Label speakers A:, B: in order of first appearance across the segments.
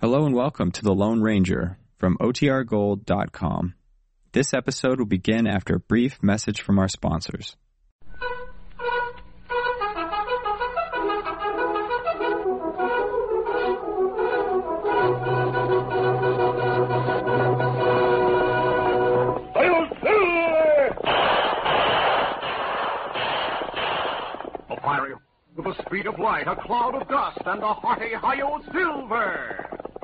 A: Hello and welcome to The Lone Ranger from OTRGold.com. This episode will begin after a brief message from our sponsors.
B: A fiery with the speed of light, a cloud of dust, and a hearty high old silver.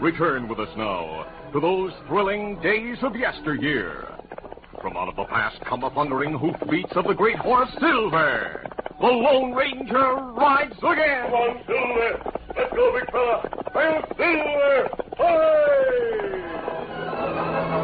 B: Return with us now to those thrilling days of yesteryear. From out of the past come the thundering hoofbeats of the great horse Silver. The Lone Ranger rides again.
C: Come on, Silver. Let's go, big fella. I'm Silver. Hey!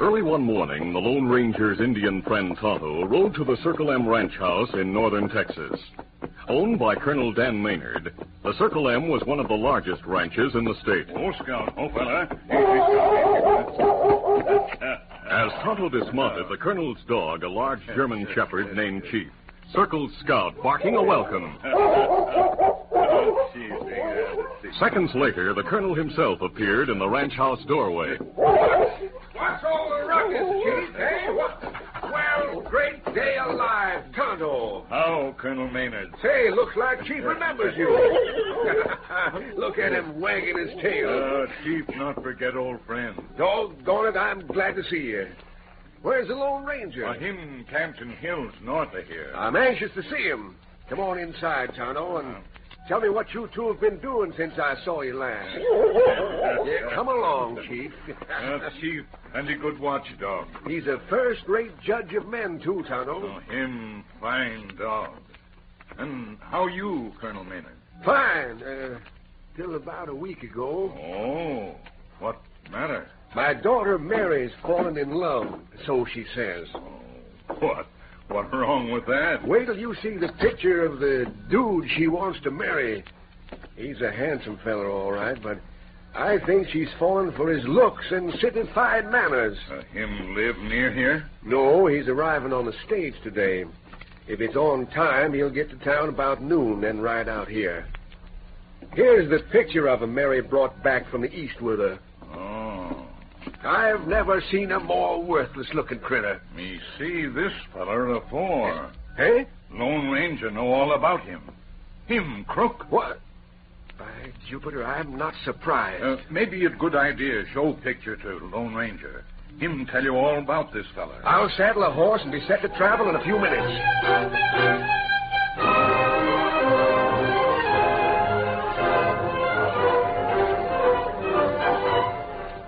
B: Early one morning, the Lone Ranger's Indian friend Tonto rode to the Circle M ranch house in northern Texas. Owned by Colonel Dan Maynard, the Circle M was one of the largest ranches in the state.
C: Oh, Scout. Oh, fella. Easy, Scout.
B: As Tonto dismounted, the Colonel's dog, a large German shepherd named Chief, circled Scout, barking a welcome.
C: Easy, Scout.
B: Seconds later, the Colonel himself appeared in the ranch house doorway.
D: What's all the ruckus, Chief? eh? Hey, what? Well, great day alive, Tonto.
C: How, Colonel Maynard?
D: Say, looks like Chief remembers you. Look at him wagging his tail.
C: Uh, Chief, not forget old friend.
D: Doggone it, I'm glad to see you. Where's the Lone Ranger?
C: Uh, him in Campton Hills, north of here.
D: I'm anxious to see him. Come on inside, Tonto, and tell me what you two have been doing since I saw you last. Yeah, come along, Chief.
C: Uh, Chief, and a good watchdog.
D: He's a first-rate judge of men, too, Tonto.
C: Oh, him fine dog. And how you, Colonel Maynard?
D: Fine. Uh, till about a week ago,
C: Oh, what matter?
D: My daughter Mary's fallen in love, so she says.
C: Oh, what? What wrong with that?
D: Wait till you see the picture of the dude she wants to marry. He's a handsome feller, all right, but I think she's fallen for his looks and citified manners.
C: Uh, him live near here?
D: No, he's arriving on the stage today. If it's on time, he'll get to town about noon, then ride out here. Here's the picture of him Mary brought back from the east with her.
C: Oh,
D: I've never seen a more worthless looking critter.
C: me see this feller afore.
D: Hey?
C: Lone Ranger know all about him. Him crook.
D: What? By Jupiter, I'm not surprised.
C: Uh, maybe a good idea show picture to Lone Ranger. Him tell you all about this feller.
D: I'll saddle a horse and be set to travel in a few minutes.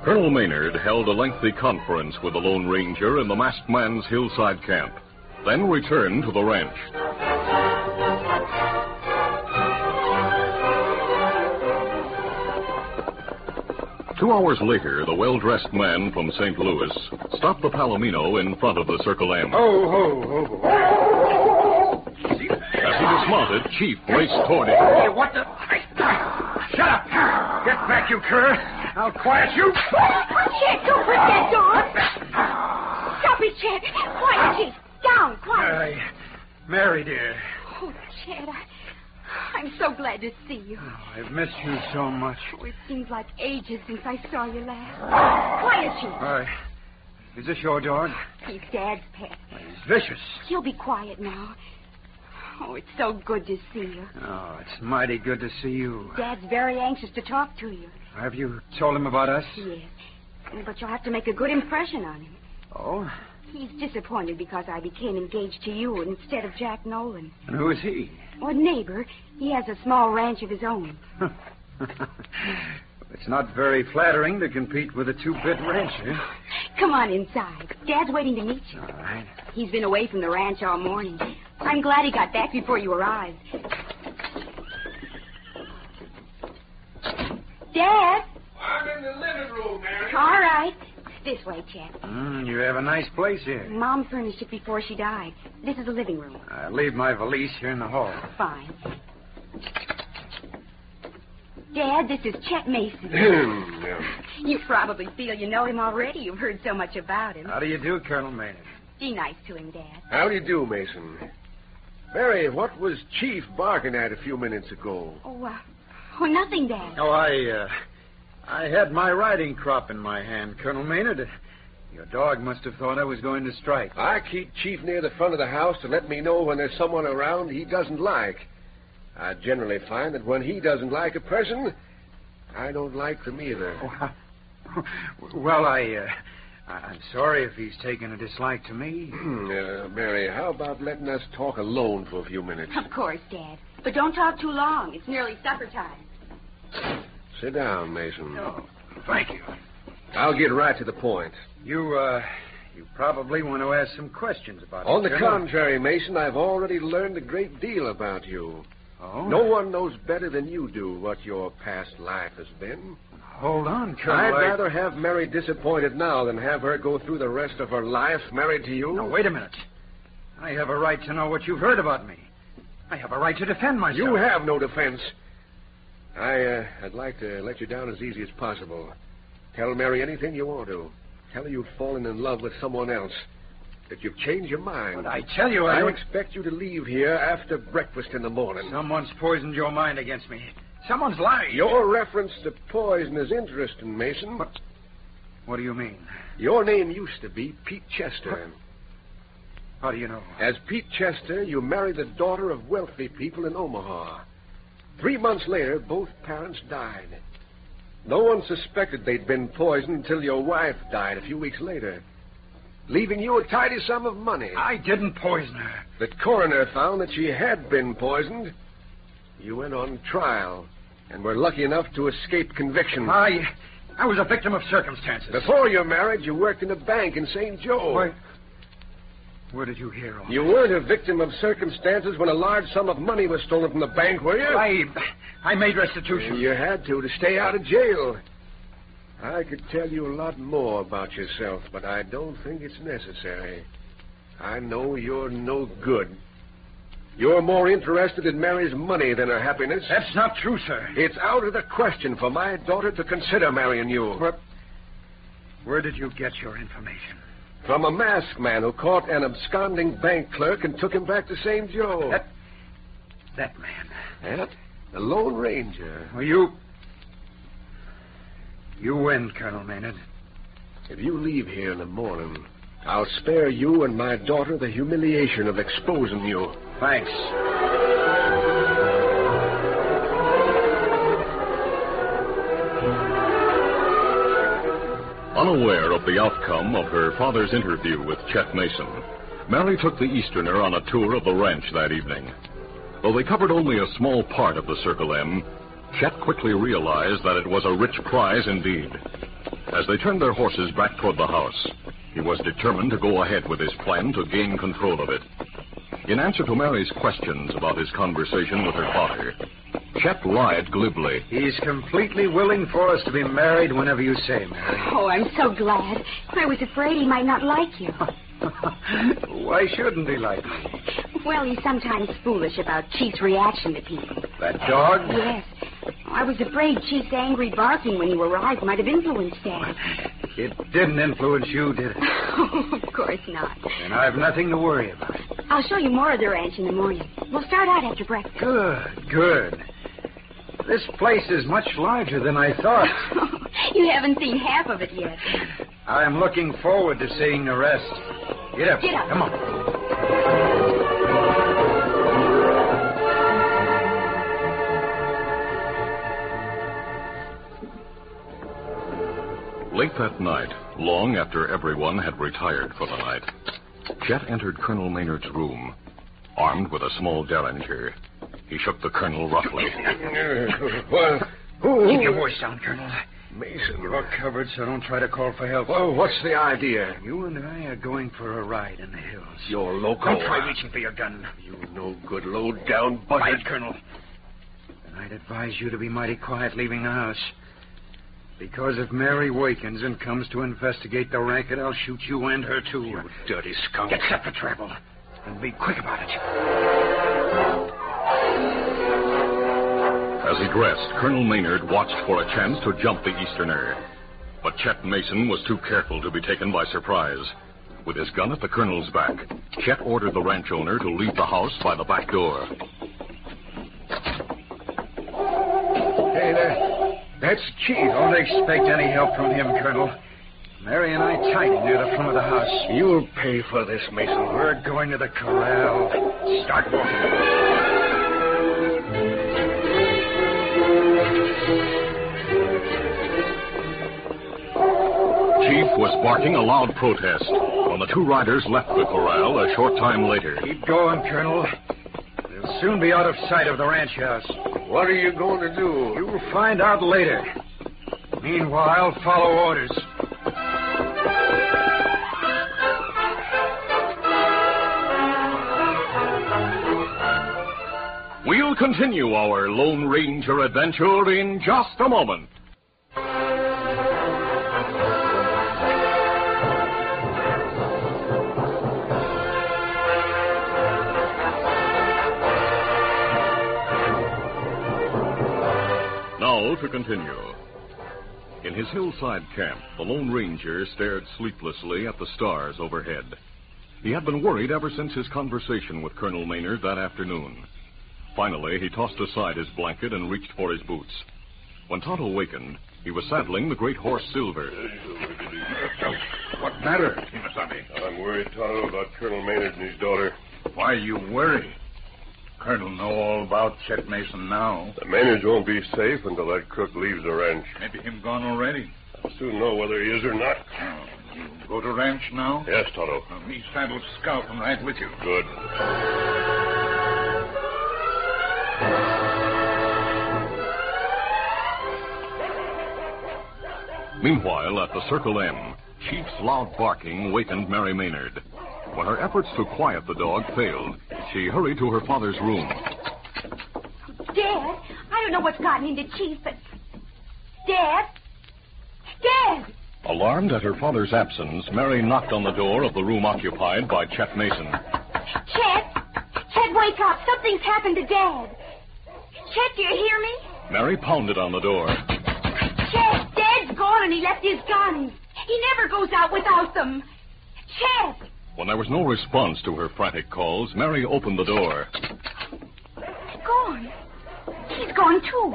B: Colonel Maynard held a lengthy conference with the Lone Ranger in the masked man's hillside camp, then returned to the ranch. Two hours later, the well dressed man from St. Louis stopped the Palomino in front of the Circle M.
D: Oh, ho, ho.
B: As he dismounted, Chief raced toward him.
D: Hey, what the? Hey, Shut up! Get back, you cur! I'll quiet you.
E: Chet, don't break that door. Stop it, Chet. Quiet, Chief. Down, quiet.
D: Mary, dear,
E: Oh, Chet, I, I'm so glad to see you.
D: Oh, I've missed you so much.
E: Oh, it seems like ages since I saw you last. Quiet, Chief.
D: All right. Is this your dog?
E: He's Dad's pet.
D: He's vicious.
E: He'll be quiet now. Oh, it's so good to see you.
D: Oh, it's mighty good to see you.
E: Dad's very anxious to talk to you.
D: Have you told him about us?
E: Yes. But you'll have to make a good impression on him.
D: Oh?
E: He's disappointed because I became engaged to you instead of Jack Nolan.
D: And who is he?
E: Or neighbor. He has a small ranch of his own.
D: it's not very flattering to compete with a two-bit rancher.
E: Come on inside. Dad's waiting to meet you.
D: All right.
E: He's been away from the ranch all morning. I'm glad he got back before you arrived. Dad?
F: I'm in the living room, Mary.
E: All right. This way, Chet.
D: Mm, you have a nice place here.
E: Mom furnished it before she died. This is the living room.
D: I leave my valise here in the hall.
E: Fine. Dad, this is Chet Mason.
F: Hmm,
E: You probably feel you know him already. You've heard so much about him.
D: How do you do, Colonel Maynard?
E: Be nice to him, Dad.
F: How do you do, Mason? Mary, what was Chief barking at a few minutes ago?
E: Oh, uh, oh, nothing, Dad.
D: Oh, I, uh, I had my riding crop in my hand, Colonel Maynard. Your dog must have thought I was going to strike.
F: I keep Chief near the front of the house to let me know when there's someone around he doesn't like. I generally find that when he doesn't like a person, I don't like them either.
D: Well, I, uh, I- I'm sorry if he's taken a dislike to me.
F: Hmm, uh, Mary, how about letting us talk alone for a few minutes?
E: Of course, Dad. But don't talk too long. It's nearly supper time.
F: Sit down, Mason.
D: Thank you.
F: I'll get right to the point.
D: You, uh, you probably want to ask some questions about
F: On
D: it,
F: the
D: Colonel.
F: contrary, Mason, I've already learned a great deal about you.
D: Oh?
F: No one knows better than you do what your past life has been.
D: Hold on,
F: I'd
D: Colonel. I-
F: rather have Mary disappointed now than have her go through the rest of her life married to you.
D: Now, wait a minute. I have a right to know what you've heard about me. I have a right to defend myself.
F: You have no defense. I, uh, I'd like to let you down as easy as possible. Tell Mary anything you want to. Tell her you've fallen in love with someone else. That you've changed your mind.
D: But I tell you, I
F: I
D: don't...
F: expect you to leave here after breakfast in the morning.
D: Someone's poisoned your mind against me. Someone's lying.
F: Your reference to poison is interesting, Mason.
D: What? What do you mean?
F: Your name used to be Pete Chester.
D: How do you know?
F: As Pete Chester, you married the daughter of wealthy people in Omaha. Three months later, both parents died. No one suspected they'd been poisoned until your wife died a few weeks later, leaving you a tidy sum of money.
D: I didn't poison her.
F: The coroner found that she had been poisoned. You went on trial and were lucky enough to escape conviction.
D: I, I was a victim of circumstances.
F: Before your marriage, you worked in a bank in St. Joe.
D: Why- Where did you hear all
F: You weren't a victim of circumstances when a large sum of money was stolen from the bank, were you?
D: I, I made restitution.
F: You had to to stay out of jail. I could tell you a lot more about yourself, but I don't think it's necessary. I know you're no good. You're more interested in Mary's money than her happiness.
D: That's not true, sir.
F: It's out of the question for my daughter to consider marrying you.
D: Where, where did you get your information?
F: From a masked man who caught an absconding bank clerk and took him back to St. Joe.
D: That, that man.
F: That? The Lone Ranger.
D: Well, you, you win, Colonel Maynard.
F: If you leave here in the morning, I'll spare you and my daughter the humiliation of exposing you.
D: Thanks.
B: Unaware of the outcome of her father's interview with Chet Mason, Mary took the Easterner on a tour of the ranch that evening. Though they covered only a small part of the Circle M, Chet quickly realized that it was a rich prize indeed. As they turned their horses back toward the house, he was determined to go ahead with his plan to gain control of it. In answer to Mary's questions about his conversation with her father, Chet lied glibly.
D: He's completely willing for us to be married whenever you say, Mary.
E: Oh, I'm so glad. I was afraid he might not like you.
D: Why shouldn't he like me?
E: Well, he's sometimes foolish about Chief's reaction to people.
D: That dog?
E: Yes. I was afraid Chief's angry barking when you arrived might have influenced Dad.
D: It didn't influence you, did it?
E: Oh, of course not.
D: And I've nothing to worry about.
E: I'll show you more of the ranch in the morning. We'll start out after breakfast.
D: Good, good. This place is much larger than I thought.
E: you haven't seen half of it yet.
D: I'm looking forward to seeing the rest. Get up.
E: Get up.
D: Come on.
B: Late that night, long after everyone had retired for the night, Chet entered Colonel Maynard's room, armed with a small derringer. He shook the colonel roughly.
F: Well, who,
D: Keep your voice down, Colonel.
F: Mason,
D: We're all covered, so don't try to call for help.
F: Well, what's the idea?
D: You and I are going for a ride in the hills.
F: You're loco.
D: Don't try reaching for your gun.
F: You no good low down bucket.
D: Quiet, Colonel. And I'd advise you to be mighty quiet leaving the house. Because if Mary wakens and comes to investigate the racket, I'll shoot you and her, too.
F: You dirty skunk.
D: Get set for travel. And be quick about it.
B: As he dressed, Colonel Maynard watched for a chance to jump the Easterner. But Chet Mason was too careful to be taken by surprise. With his gun at the colonel's back, Chet ordered the ranch owner to leave the house by the back door.
F: Hey, that, that's Chief.
D: Don't expect any help from him, Colonel. Mary and I tied him near the front of the house.
F: You'll pay for this, Mason.
D: We're going to the corral. Start walking.
B: Chief was barking a loud protest when the two riders left the corral a short time later.
D: Keep going, Colonel. They'll soon be out of sight of the ranch house.
F: What are you going to do?
D: You'll find out later. Meanwhile, follow orders.
B: We'll continue our Lone Ranger adventure in just a moment. Now to continue. In his hillside camp, the Lone Ranger stared sleeplessly at the stars overhead. He had been worried ever since his conversation with Colonel Maynard that afternoon. Finally, he tossed aside his blanket and reached for his boots. When Tonto awakened, he was saddling the great horse Silver.
F: What matter?
C: I'm worried, Tonto, about Colonel Maynard and his daughter.
G: Why you worry? Colonel know all about Chet Mason now.
C: The Maynards won't be safe until that crook leaves the ranch.
G: Maybe him gone already.
C: I'll soon know whether he is or not.
G: Oh, you go to ranch now?
C: Yes, Tonto.
G: Well, me saddle Scout and ride with you.
C: Good.
B: Meanwhile, at the Circle M, Chief's loud barking wakened Mary Maynard. When her efforts to quiet the dog failed, she hurried to her father's room.
E: Dad, I don't know what's gotten into Chief, but. Dad? Dad!
B: Alarmed at her father's absence, Mary knocked on the door of the room occupied by Chet Mason.
E: Chet! Chet, wake up! Something's happened to Dad! Chet, do you hear me?
B: Mary pounded on the door.
E: Chet, Dad's gone and he left his guns. He never goes out without them. Chet!
B: When there was no response to her frantic calls, Mary opened the door.
E: Gone. He's gone too.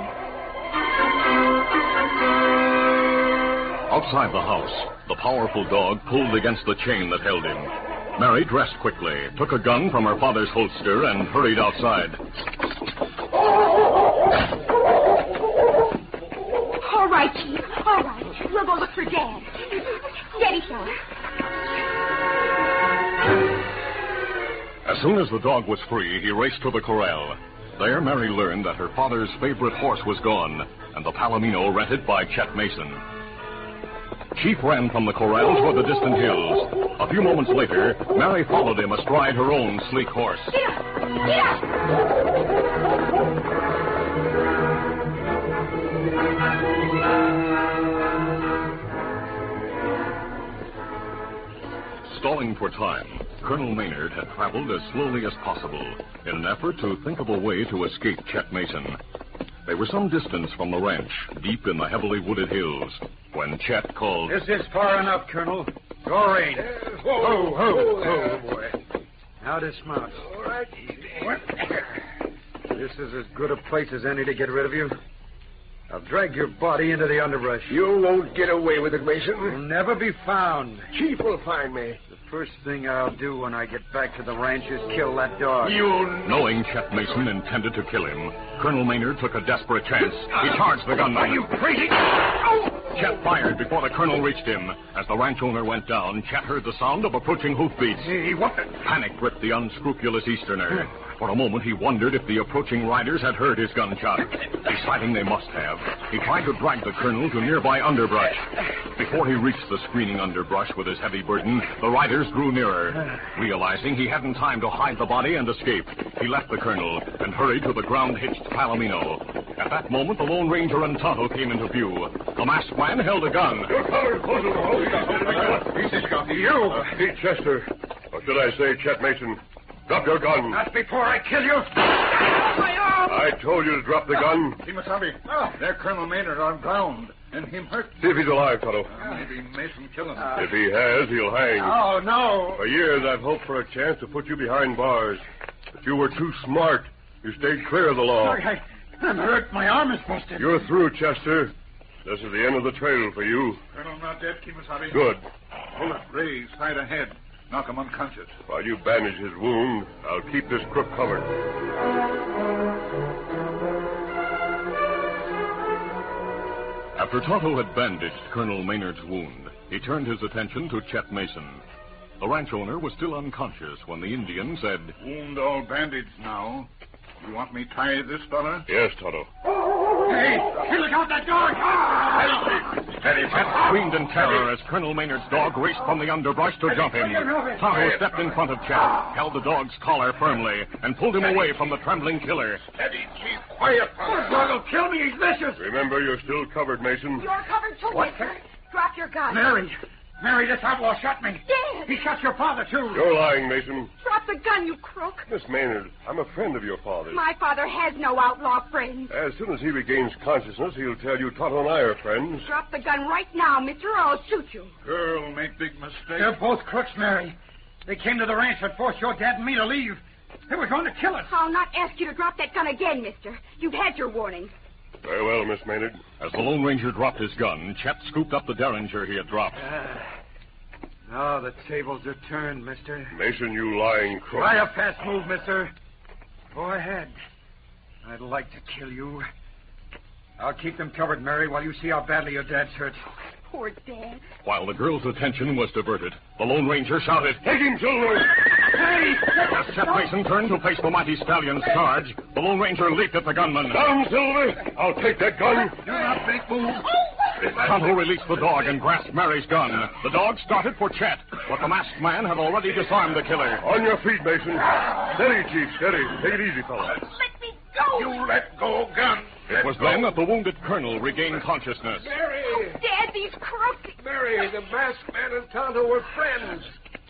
B: Outside the house, the powerful dog pulled against the chain that held him. Mary dressed quickly, took a gun from her father's holster, and hurried outside.
E: All right, Chief. All right. We'll go look for Dad. Steady, fella.
B: As soon as the dog was free, he raced to the corral. There, Mary learned that her father's favorite horse was gone, and the Palomino rented by Chet Mason. Chief ran from the corral toward the distant hills. A few moments later, Mary followed him astride her own sleek horse.
E: Get up! Get up!
B: Stalling for time, Colonel Maynard had traveled as slowly as possible in an effort to think of a way to escape Chet Mason. They were some distance from the ranch, deep in the heavily wooded hills, when Chet called.
D: This is far enough, Colonel. Go rein.
F: Whoa,
G: Oh,
D: ho,
F: there,
D: ho.
F: boy.
D: Now dismount.
F: All right, easy.
D: This is as good a place as any to get rid of you. I'll drag your body into the underbrush.
F: You won't get away with it,
D: You'll
F: Mason.
D: never be found.
F: Chief will find me.
D: The first thing I'll do when I get back to the ranch is kill that dog.
B: You. Knowing Chet Mason intended to kill him, Colonel Maynard took a desperate chance. He charged the gunman.
D: crazy?
B: Chet fired before the colonel reached him. As the ranch owner went down, Chet heard the sound of approaching hoofbeats.
G: Hey, what the...
B: Panic gripped the unscrupulous Easterner. For a moment, he wondered if the approaching riders had heard his gunshot. Deciding they must have, he tried to drag the colonel to nearby underbrush. Before he reached the screening underbrush with his heavy burden, the riders drew nearer. Realizing he hadn't time to hide the body and escape, he left the colonel and hurried to the ground-hitched Palomino. At that moment, the Lone Ranger and Tonto came into view. The masked man held a gun.
G: He's got you.
C: Uh, Pete Chester, or should I say Chet Mason, drop your gun.
G: Not before I kill you.
C: I told you to drop the gun.
G: Kimasabi, there Colonel Maynard on ground, and him hurt.
C: See if he's alive, Toto.
G: Maybe Mason kill him.
C: If he has, he'll hang.
G: oh, no.
C: For years, I've hoped for a chance to put you behind bars. But you were too smart. You stayed clear of the law.
G: I, I'm hurt. My arm is busted.
C: You're through, Chester. This is the end of the trail for you.
G: Colonel not dead, Kimasabi.
C: Good.
G: Bullet raise, side ahead. Knock him unconscious.
C: While you bandage his wound, I'll keep this crook covered.
B: After Tonto had bandaged Colonel Maynard's wound, he turned his attention to Chet Mason. The ranch owner was still unconscious when the Indian said,
G: Wound all bandaged now. You want me tie this fella?
C: Yes, Toto.
G: Hey, he look out that Ah! door! Steady,
B: Chet screamed in terror as Colonel Maynard's dog raced from the underbrush to jump him. Tonto stepped in front of Chet, held the dog's collar firmly, and pulled him away from the trembling killer.
G: Steady, Chief. Quiet. This dog will kill me. He's vicious.
C: Remember, you're still covered, Mason.
E: You're covered too,
G: What?
E: Mason. Drop your gun.
G: Mary. Mary, this outlaw shot me.
E: Dead.
G: He shot your father, too.
C: You're lying, Mason.
E: Drop the gun, you crook.
C: Miss Maynard, I'm a friend of your father's.
E: My father has no outlaw friends.
C: As soon as he regains consciousness, he'll tell you Toto and I are friends.
E: Drop the gun right now, mister, or I'll shoot you.
G: Girl make big mistake.
D: They're both crooks, Mary. They came to the ranch and forced your dad and me to leave. They were going to kill us.
E: I'll not ask you to drop that gun again, mister. You've had your warning.
C: Very well, Miss Maynard.
B: As the Lone Ranger dropped his gun, Chet scooped up the derringer he had dropped.
D: Now the tables are turned, mister.
C: Mason, you lying crook.
D: Try a fast move, mister. Go ahead. I'd like to kill you. I'll keep them covered, Mary, while you see how badly your dad's hurt.
E: Poor dad.
B: While the girl's attention was diverted, the Lone Ranger shouted,
C: Take him, children!
G: Hey!
B: As Chet Mason turned to face the mighty stallion's charge, the Lone Ranger leaped at the gunman.
C: Down, Silver! I'll take that gun.
G: Do not make moves.
B: Tonto released the dog and grasped Mary's gun. The dog started for Chet, but the masked man had already disarmed the killer.
C: On your feet, Mason. Steady, Chief, steady. Take it easy, fella.
E: Let me go.
G: You let go, gun.
B: It was then that the wounded colonel regained consciousness.
F: Mary!
E: Dad, these crooks.
F: Mary, the masked man and Tonto were friends.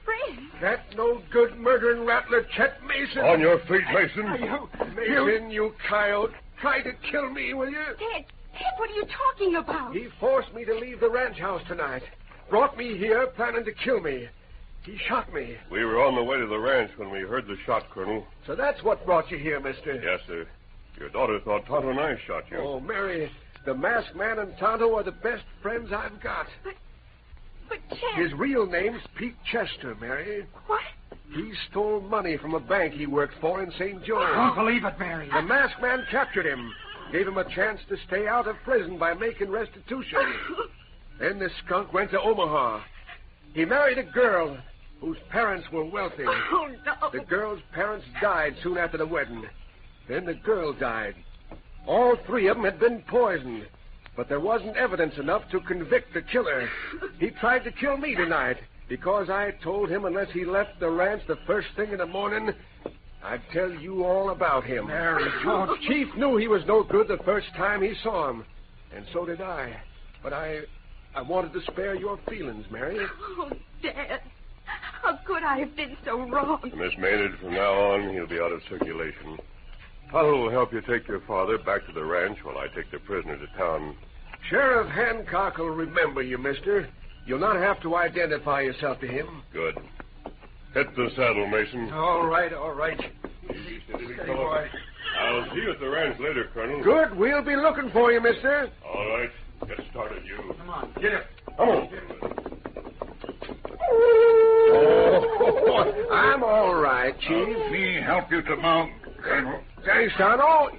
E: Friends.
F: That no good murdering rattler, Chet Mason.
C: On your feet, Mason.
F: You, Mason, you coyote. Try to kill me, will you?
E: Dad, Dad, what are you talking about?
F: He forced me to leave the ranch house tonight. Brought me here planning to kill me. He shot me.
C: We were on the way to the ranch when we heard the shot, Colonel.
F: So that's what brought you here, mister.
C: Yes, sir. Your daughter thought Tonto and I shot you.
F: Oh, Mary, the masked man and Tonto are the best friends I've got.
E: But Chet,
F: His real name's Pete Chester, Mary.
E: what?
F: He stole money from a bank he worked for in St. George.
D: Don't believe it, Mary.
F: The masked man captured him, gave him a chance to stay out of prison by making restitution. then this skunk went to Omaha. He married a girl whose parents were wealthy.
E: Oh no.
F: The girl's parents died soon after the wedding. Then the girl died. All three of them had been poisoned, but there wasn't evidence enough to convict the killer. He tried to kill me tonight because I told him unless he left the ranch the first thing in the morning, I'd tell you all about him.
D: Mary, don't.
F: Chief knew he was no good the first time he saw him, and so did I. But I, I wanted to spare your feelings, Mary.
E: Oh, Dad. How could I have been so wrong?
C: Miss Maynard, from now on, he'll be out of circulation. Toto will help you take your father back to the ranch while I take the prisoner to town.
F: Sheriff Hancock will remember you, mister. You'll not have to identify yourself to him.
C: Good. Hit the saddle, Mason.
D: All right, all right.
C: I'll see you at the ranch later, Colonel.
F: Good, we'll be looking for you, mister.
C: All right. Get started, you.
D: Come on, get him.
C: Come on.
F: Oh, I'm all right, Chief.
G: Let me help you to mount, Colonel.
F: Thanks, Tonto.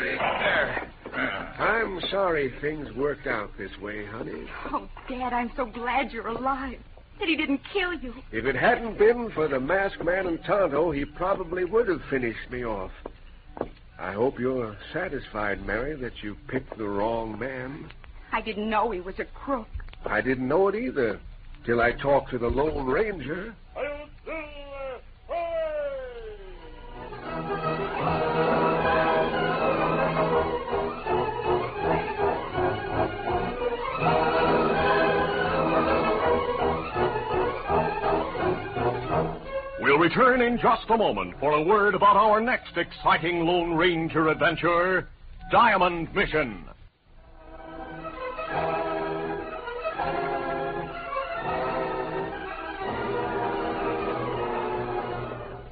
G: There.
F: I'm sorry things worked out this way, honey.
E: Oh, Dad, I'm so glad you're alive. That he didn't kill you.
F: If it hadn't been for the masked man and Tonto, he probably would have finished me off. I hope you're satisfied, Mary, that you picked the wrong man.
E: I didn't know he was a crook.
F: I didn't know it either till I talked to the Lone Ranger.
C: We'll return in just a moment for a word about our next exciting Lone Ranger adventure Diamond Mission.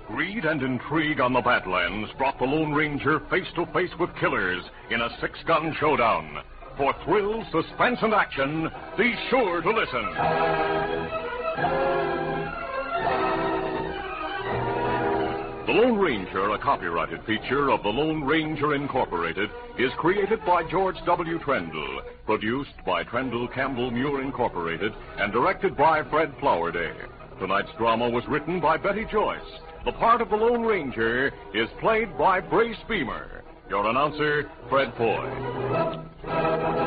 C: Greed and intrigue on the Badlands brought the Lone Ranger face to face with killers in a six gun showdown. For thrill, suspense, and action, be sure to listen. The Lone Ranger, a copyrighted feature of the Lone Ranger Incorporated, is created by George W. Trendle, produced by Trendle Campbell Muir Incorporated, and directed by Fred Flowerday. Tonight's drama was written by Betty Joyce. The part of the Lone Ranger is played by Brace Beamer. Your announcer, Fred Foy.